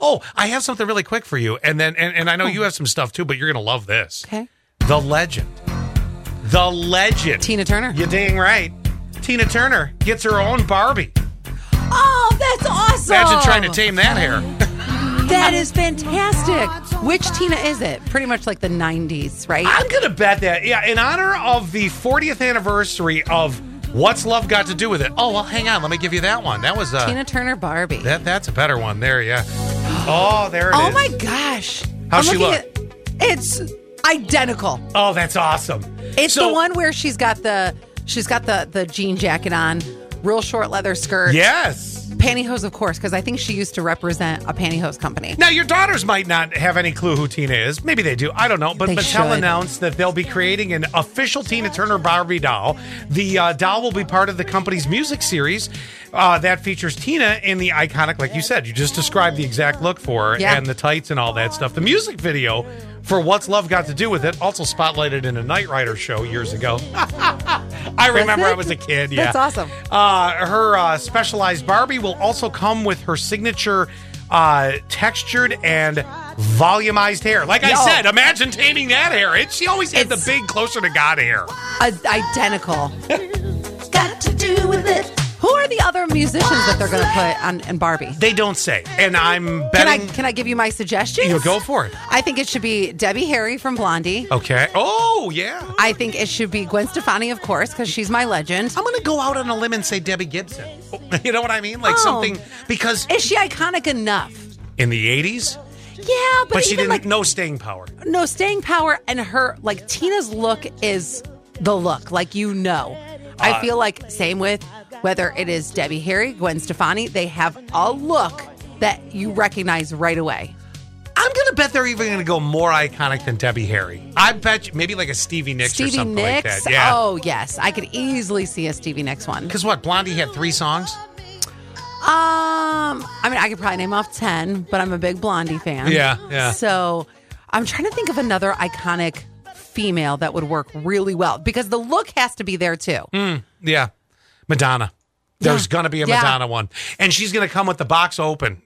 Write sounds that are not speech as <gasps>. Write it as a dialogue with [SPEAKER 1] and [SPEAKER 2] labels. [SPEAKER 1] Oh, I have something really quick for you, and then and, and I know you have some stuff too, but you're gonna love this.
[SPEAKER 2] Oh. Okay.
[SPEAKER 1] The legend, the legend.
[SPEAKER 2] Tina Turner.
[SPEAKER 1] You dang right. Tina Turner gets her own Barbie.
[SPEAKER 2] Oh, that's awesome.
[SPEAKER 1] Imagine trying to tame that hair.
[SPEAKER 2] That is fantastic. Which Tina is it? Pretty much like the 90s, right?
[SPEAKER 1] <laughs> I'm gonna bet that. Yeah, in honor of the 40th anniversary of What's Love Got to Do with It? Oh well, hang on. Let me give you that one. That was uh,
[SPEAKER 2] Tina Turner Barbie.
[SPEAKER 1] that. That's a better one. There, yeah. <gasps> Oh, there it is.
[SPEAKER 2] oh my gosh.
[SPEAKER 1] How's
[SPEAKER 2] I'm
[SPEAKER 1] she
[SPEAKER 2] looking
[SPEAKER 1] look?
[SPEAKER 2] at- it's identical.
[SPEAKER 1] Oh, that's awesome.
[SPEAKER 2] It's
[SPEAKER 1] So-
[SPEAKER 2] the one where she's got the she's got the the jean jacket on, real short leather skirt.
[SPEAKER 1] Yes.
[SPEAKER 2] Pantyhose, of course, because I think she used to represent a pantyhose company.
[SPEAKER 1] Now, your daughters might not have any clue who Tina is. Maybe they do. I don't know. But
[SPEAKER 2] They
[SPEAKER 1] Mattel
[SPEAKER 2] should.
[SPEAKER 1] announced that they'll be creating an official Tina Turner Barbie doll. The uh, doll will be part of the company's music series uh, that features Tina in the iconic, like you said, you just described the exact look for her
[SPEAKER 2] Yeah.
[SPEAKER 1] and the tights and all that stuff. The music video for What's Love Got to Do with It also spotlighted in a Knight Rider show years ago. <laughs> I remember
[SPEAKER 2] it?
[SPEAKER 1] I was a kid. Yeah.
[SPEAKER 2] That's awesome.
[SPEAKER 1] Uh, her uh, specialized Barbie will also come with her signature uh, textured and volumized hair. Like I
[SPEAKER 2] Yo.
[SPEAKER 1] said, imagine taming that hair. It, she always had
[SPEAKER 2] It's-
[SPEAKER 1] the big closer to God hair.
[SPEAKER 2] I- identical.
[SPEAKER 3] got to do with it.
[SPEAKER 2] Who are the other musicians that they're going to put on in Barbie?
[SPEAKER 1] They don't say. And I'm
[SPEAKER 2] Can I
[SPEAKER 1] betting
[SPEAKER 2] can I give you my suggestions?
[SPEAKER 1] you go for it.
[SPEAKER 2] I think it should be Debbie Harry from Blondie.
[SPEAKER 1] Okay. Oh, yeah.
[SPEAKER 2] I think it should be Gwen Stefani, of course, because she's my legend.
[SPEAKER 1] I'm going to go out on a limb and say Debbie Gibson. <laughs> You know what I mean? Like
[SPEAKER 2] Oh.
[SPEAKER 1] something because
[SPEAKER 2] Is she iconic enough?
[SPEAKER 1] in the 80s,
[SPEAKER 2] Yeah, but,
[SPEAKER 1] but she
[SPEAKER 2] even
[SPEAKER 1] didn't
[SPEAKER 2] like
[SPEAKER 1] no staying power.
[SPEAKER 2] no staying power and her like Tina's look is the look like you know.
[SPEAKER 1] Uh,
[SPEAKER 2] I feel like same with whether it is Debbie Harry, Gwen Stefani, they have a look that you recognize right away.
[SPEAKER 1] I'm gonna bet they're even gonna go more iconic than Debbie Harry. I bet you maybe like a Stevie Nicks or
[SPEAKER 2] Stevie
[SPEAKER 1] something like
[SPEAKER 2] Nicks.
[SPEAKER 1] that. Yeah.
[SPEAKER 2] Oh yes, I could easily see a Stevie Nicks one. Um,
[SPEAKER 1] Because what? Blondie had three songs.
[SPEAKER 2] Um, I mean, I could probably name off ten, but I'm a big Blondie fan.
[SPEAKER 1] Yeah, yeah.
[SPEAKER 2] So I'm trying to think of another iconic female that would work really well because the look has to be there too.
[SPEAKER 1] Yeah, Madonna. There's
[SPEAKER 2] Yeah.
[SPEAKER 1] gonna be a
[SPEAKER 2] Yeah.
[SPEAKER 1] Madonna one, and she's gonna come with the box open